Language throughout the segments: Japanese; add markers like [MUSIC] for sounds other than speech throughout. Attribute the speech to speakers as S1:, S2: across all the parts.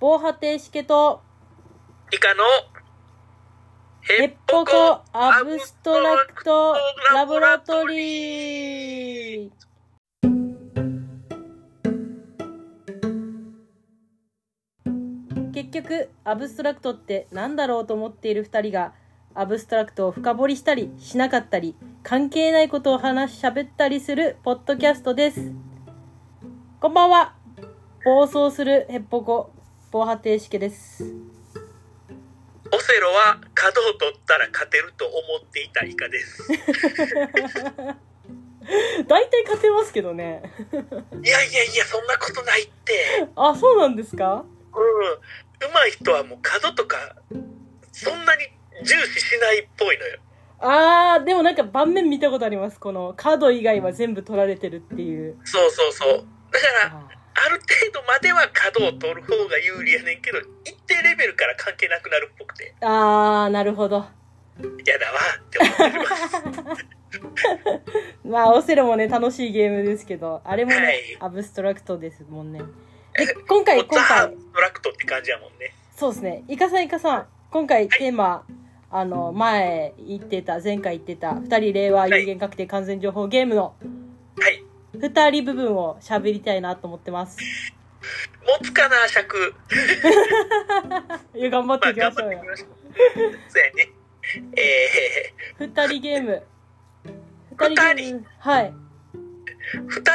S1: 防波堤しけと、
S2: 以下の、
S1: ヘ
S2: ヘ
S1: ッポコアブストラクトラボラトリー結局アブストラクトって何だろうと思っている2人がアブストラクトを深掘りしたりしなかったり関係ないことを話しゃべったりするポッドキャストですこんばんは暴走するヘッポコ防波堤しけです
S2: オセロは角を取ったら勝てると思っていたイカです。
S1: [LAUGHS] 大体勝てますけどね
S2: いやいやいや、そんなことないって。
S1: [LAUGHS] あそうなんですか
S2: うん。上手い人はもう角とか、そんなに重視しないっぽいのよ。
S1: あーでもなんか盤面見たことありますこのカード以外は全部取られてるっていう
S2: そうそうそう。だから、
S1: あ
S2: ある程度までは角を取る方が有利やねんけど、一定レベルから関係なくなるっぽくて、
S1: あーなるほど
S2: 嫌だわって思ってます。
S1: まあオセロもね楽しいゲームですけどあれもね、
S2: はい
S1: アブストラクトですもんねで [LAUGHS] 今回
S2: もう
S1: 今
S2: ザ・ア
S1: 回
S2: ブストラクトって感じやもんね。
S1: そうですねイカさんイカさん今回テーマ、あの前言ってた前回言ってた2人令和有限確定完全情報ゲームの
S2: はい。
S1: 2人部分を喋りたいなと思ってます
S2: 持つかな、尺。
S1: いや頑張っ
S2: ま
S1: て
S2: あ、
S1: いきまし
S2: 頑
S1: ょう
S2: 張ってい
S1: よ
S2: きましょう。そうやね。え
S1: 2人ゲーム
S2: 二人
S1: 二ムはい
S2: ー、2人限定っ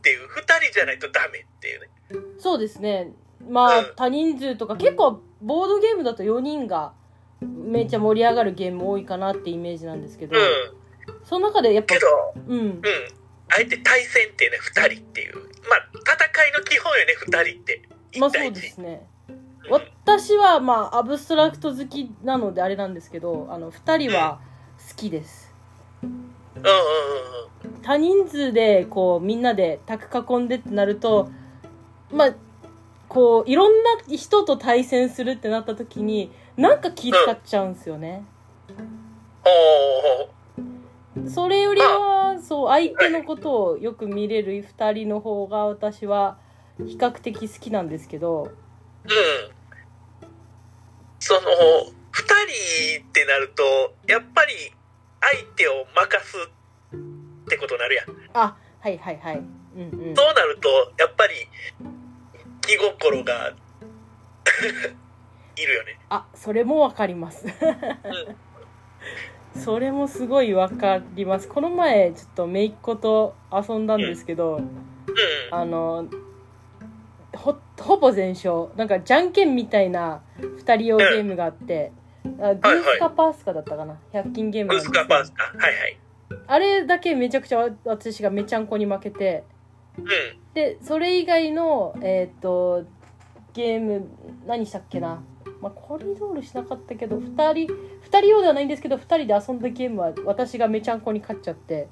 S2: ていう、2人じゃないとダメっていうね。
S1: そうですねまあ
S2: うん
S1: 多人数とか結構ボードゲームだと4人がめっちゃ盛り上がるゲーム多いかなってイメージなんですけど、
S2: うん。
S1: その中でやっぱ
S2: けど、
S1: うん
S2: うん。あえて対戦っていうね、2人っていう。まあ、戦いの基本よね、2人って。
S1: まあそう
S2: 一対
S1: で
S2: 一。
S1: すね
S2: うん
S1: 私はまあアブストラクト好きなのであれなんですけどあの2人は好きです
S2: うんうんうんうん。
S1: 多人数でこうみんなで卓囲んでってなるとまあこういろんな人と対戦するってなった時になんか気使っちゃうんですよね、
S2: おー。
S1: それよりはそう相手のことをよく見れる2人の方が私は比較的好きなんですけど
S2: うん。その、二人ってなると、やっぱり相手を任すってことになるやん。
S1: あはいはいはいうんうん
S2: そうなると、やっぱり、気心が [LAUGHS] いるよね。
S1: あそれもわかりますそれもすごいわかりますこの前ちょっと姪っ子と遊んだんですけど
S2: うん。
S1: あのほほぼ全勝なんかじゃんけんみたいな2人用ゲームがあってあグースかパースかだったかな100均ゲーム
S2: ブ
S1: なんで
S2: ー
S1: す
S2: ス
S1: けど
S2: かパースか。はいはい。
S1: あれだけめちゃくちゃ私がめちゃんこに負けて
S2: うん。
S1: でそれ以外のえっ、とゲーム何したっけな、まあ、コリドールしなかったけど2人2人用ではないんですけど2人で遊んだゲームは私がめちゃんこに勝っちゃって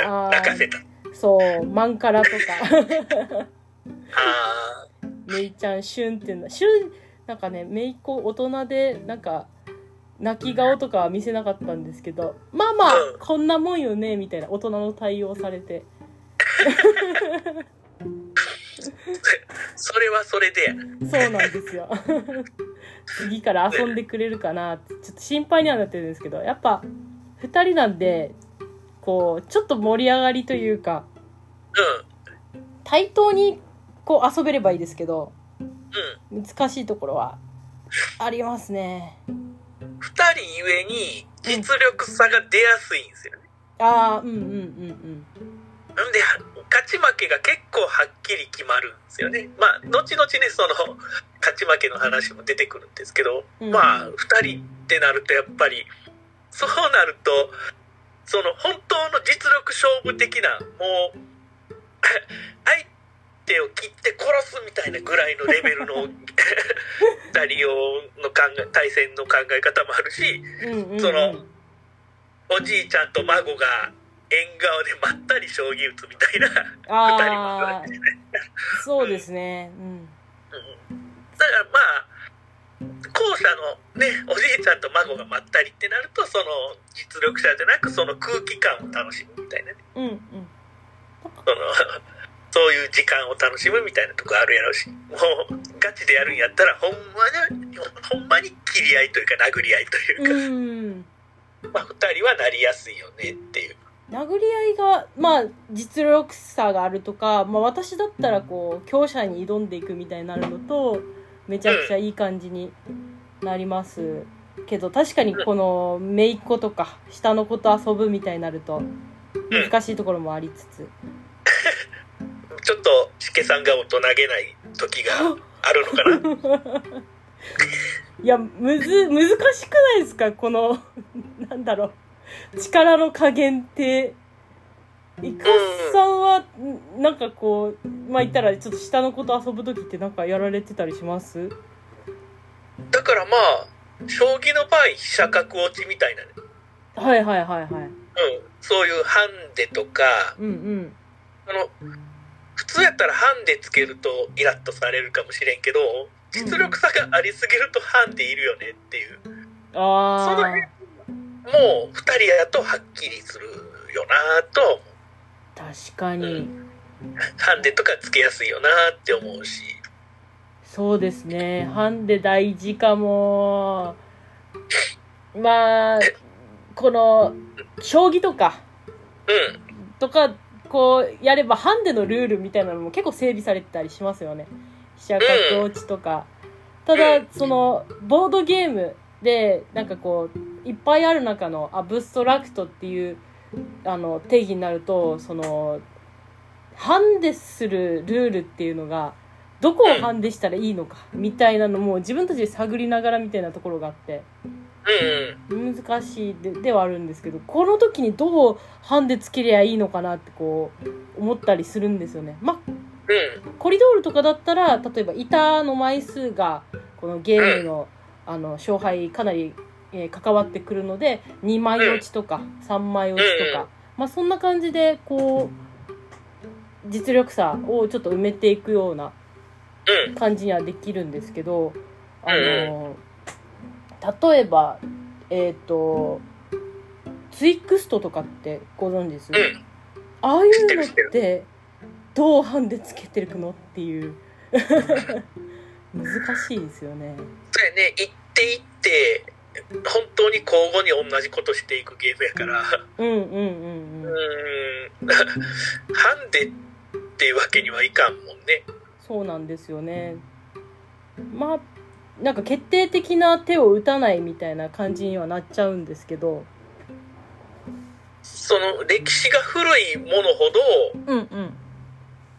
S2: あ
S1: あー
S2: あ、[LAUGHS] 泣かせた。
S1: そうマンカラとか [LAUGHS]
S2: ああ、
S1: めいちゃんシュンっていうのシュンなんかねめいっ子大人でなんか泣き顔とかは見せなかったんですけどまあまあ
S2: うん
S1: こんなもんよねみたいな大人の対応されて
S2: それはそれでや。
S1: そうなんですよ [LAUGHS] 次から遊んでくれるかなってちょっと心配にはなってるんですけどやっぱ2人なんでこうちょっと盛り上がりというか
S2: う
S1: 対等にこう遊べればいいですけど
S2: ん。うん。
S1: 難しいところはありますね
S2: 二人ゆえに、実力差が出やすいんですよね。
S1: ああうんうんうん
S2: なんで、勝ち負けが結構はっきり決まるんですよね。まあ、後々ね、その、勝ち負けの話も出てくるんですけど、
S1: うん
S2: まあ、二人ってなるとやっぱり、そうなると、その、本当の実力勝負的な、もう、 [LAUGHS] 相手を切って殺すみたいなぐらいのレベ
S1: [LAUGHS]
S2: ルの、二人用の考え、対戦の考え方もあるし、
S1: うんうんうんうん
S2: そのおじいちゃんと孫が縁側でまったり将棋打つみたいなだか
S1: ああそうですねうん
S2: らまあ後者のねおじいちゃんと孫がまったりってなるとその実力者じゃなくその空気感を楽しむみたいなね [LAUGHS]
S1: うんうん
S2: そのそういう時間を楽しむみたいなとこあるやろうしもうガチでやるんやったらほんまにほんまに切り合いというか殴り合いという
S1: う
S2: か、
S1: ん
S2: まあ、2人はなりやすいよねっていう
S1: 殴り合いがまあ実力差があるとか、まあ、私だったらこう強者に挑んでいくみたいになるのとめちゃくちゃいい感じになりますけど確かにこの姪っ子とか下の子と遊ぶみたいになると難しいところもありつつ
S2: ちょっとしけさんが大人げない時があるのかな
S1: [LAUGHS] いやむず難しくないですかこの [LAUGHS] なんだろう力の加減っていかさんはんなんかこうまあ言ったらちょっと下の子と遊ぶ時ってなんかやられてたりします
S2: だからまあ将棋の場合飛車角落ちみたいなね、
S1: はいはいはいはい
S2: うん、そういうハンデとか
S1: うんうん
S2: あの普通やったらハンデつけるとイラッとされるかもしれんけど実力差がありすぎるとハンデいるよねっていうそ
S1: あ
S2: の辺もう2人やとはっきりするよなとは思う
S1: あ確かに
S2: ハンデとかつけやすいよなって思うし
S1: そうですねハンデ大事かもまあこの将棋とか
S2: うん
S1: とかこうやればハンデのルールみたいなのも結構整備されてたりしますよね飛車角落ちとか、ただそのボードゲームでなんかこういっぱいある中のアブストラクトっていうあの定義になるとそのハンデするルールっていうのがどこをハンデしたらいいのかみたいなのも自分たちで探りながらみたいなところがあって
S2: うんうん
S1: 難しいでではあるんですけどこの時にどうハンデつけりゃいいのかなってこう思ったりするんですよね。まあ
S2: うん
S1: コリドールとかだったら例えば板の枚数がこのゲームのあの勝敗かなり、えー関わってくるので2枚落ちとか3枚落ちと
S2: うん
S1: か、まあ、そんな感じでこう実力差をちょっと埋めていくような
S2: うん
S1: 感じにはできるんですけど、あ
S2: うん
S1: の、例えば、えっ、と、ツイクストとかってご存知です、
S2: うん
S1: ああい
S2: 知って
S1: うの
S2: る
S1: っ
S2: 知ってる
S1: て、どうハンデつけてるのっていう。 [LAUGHS] 難しいですよね。
S2: そうやね行って行って本当に交互に同じことしていくゲームやから
S1: うんうんうん
S2: う
S1: うん。
S2: ーん [LAUGHS] ハンデっていうわけにはいかんもんね
S1: そうなんですよね。まあ、なんか決定的な手を打たないみたいな感じにはなっちゃうんですけど。
S2: その歴史が古いものほど
S1: うんうん。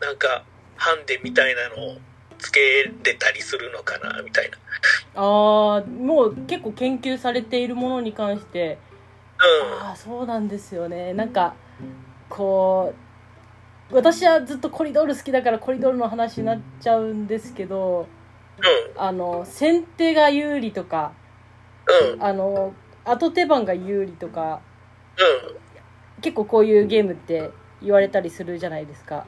S2: なんかハンデみたいなのをつけれたりするのかなみたいな
S1: ああもう結構研究されているものに関して
S2: うん
S1: ああそうなんですよねなんかこう私はずっとコリドール好きだからコリドールの話になっちゃうんですけどあの先手が有利とか
S2: うんうん
S1: あの後手番が有利とか
S2: うん
S1: 結構こういうゲームって言われたりするじゃないですか。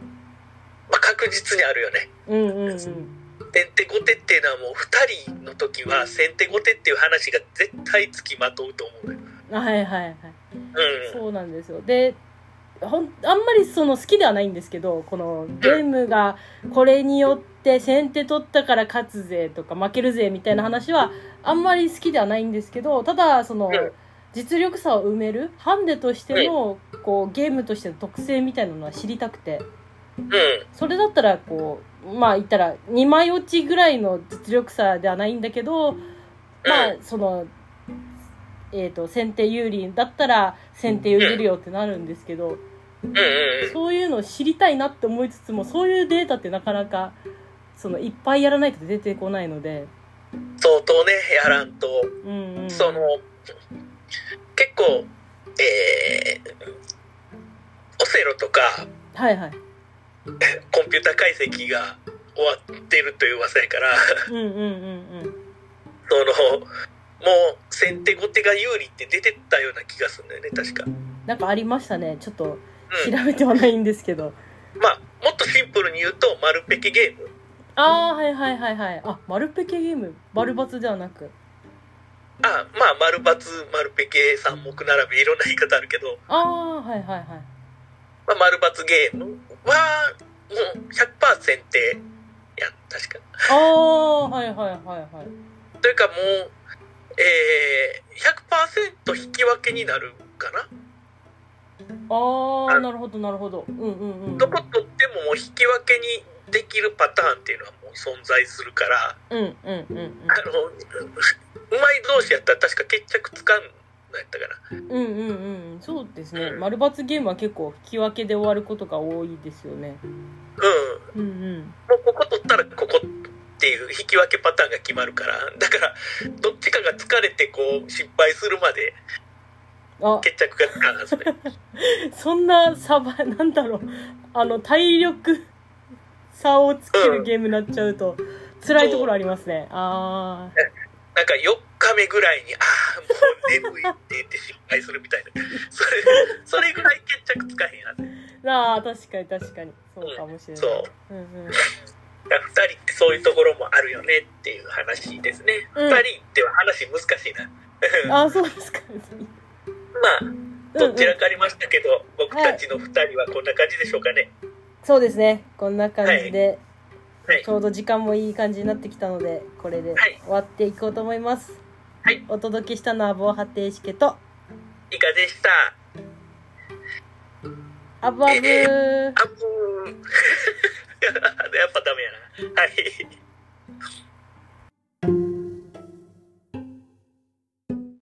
S2: まあ確実にあるよね
S1: うんうんうん、
S2: 先手後手っていうのはもう2人の時は先手後手っていう話が絶対つきまとうと思うのよ
S1: はいはいはい。
S2: うん
S1: そうなんですよでほんあんまりその好きではないんですけどこのゲームがこれによって先手取ったから勝つぜとか負けるぜみたいな話はあんまり好きではないんですけどただその
S2: うん
S1: 実力差を埋めるハンデとしてのこうゲームとしての特性みたいなのは知りたくて
S2: うん
S1: それだったらこうまあ言ったら2枚落ちぐらいの実力差ではないんだけどまあその、えー、と先手有利だったら先手譲るよってなるんですけど、
S2: うんうん
S1: そういうのを知りたいなって思いつつもそういうデータってなかなかそのいっぱいやらないと出てこないので、
S2: 相当ねやらんと、
S1: うんうん、
S2: その結構えーオセロとか
S1: はいはい
S2: コンピューター解析が終わってるという噂やから [LAUGHS]
S1: うんうんうんうん
S2: そのもう先手後手が有利って出てったような気がするんだよね確か、う
S1: なんかありましたねちょっと調
S2: ん、
S1: べてはないんですけど、
S2: まあもっとシンプルに言うと丸ペキゲーム
S1: ああはいはいはいはいあ丸ペケゲーム丸バツではなく
S2: あまあ丸×丸ペケ三目並びいろんな言い方あるけど、
S1: ああはいはいはい
S2: まあ、丸×ゲームはもう100%先定やん確か
S1: ああはいはいはいはい
S2: というかもうえー、100%引き分けになるかな
S1: ああ
S2: あ
S1: なるほどなるほどうんうんうん
S2: どこ取ってももう引き分けにできるパターンっていうのはもう存在するから
S1: うんうんうんうん
S2: あのうまい同士やったら確か決着つかんなんやったかな
S1: うんうんうんそうですね
S2: うん
S1: 丸×ゲームは結構引き分けで終わることが多いですよね
S2: うん
S1: うんうん
S2: もうここ取ったらここっていう引き分けパターンが決まるからだからどっちかが疲れてこう失敗するまで
S1: あ
S2: 決着がつかんはずね
S1: そんなサバなんだろうあの体力差をつけるゲームになっちゃうと辛いところありますねああ
S2: なんか4日目ぐらいにああもう眠いって言って失敗するみたいなそれそれぐらい決着つかへんはず
S1: あー確かに確かにそうかもしれない
S2: そう
S1: うんうん
S2: だから2人ってそういうところもあるよねっていう話ですね、
S1: うん
S2: 2人っては話難しいなま
S1: あーそうですか
S2: あ [LAUGHS] どちらかありましたけど、僕たちの2人はこんな感じでしょうかね
S1: そうですねこんな感じで、
S2: はい
S1: ちょうど時間もいい感じになってきたのでこれで
S2: はい
S1: 終わっていこうと思います、
S2: はい
S1: お届けしたのは防波堤しけと
S2: いかでした
S1: アブアブー
S2: [LAUGHS] あぶーやっぱダメやなはい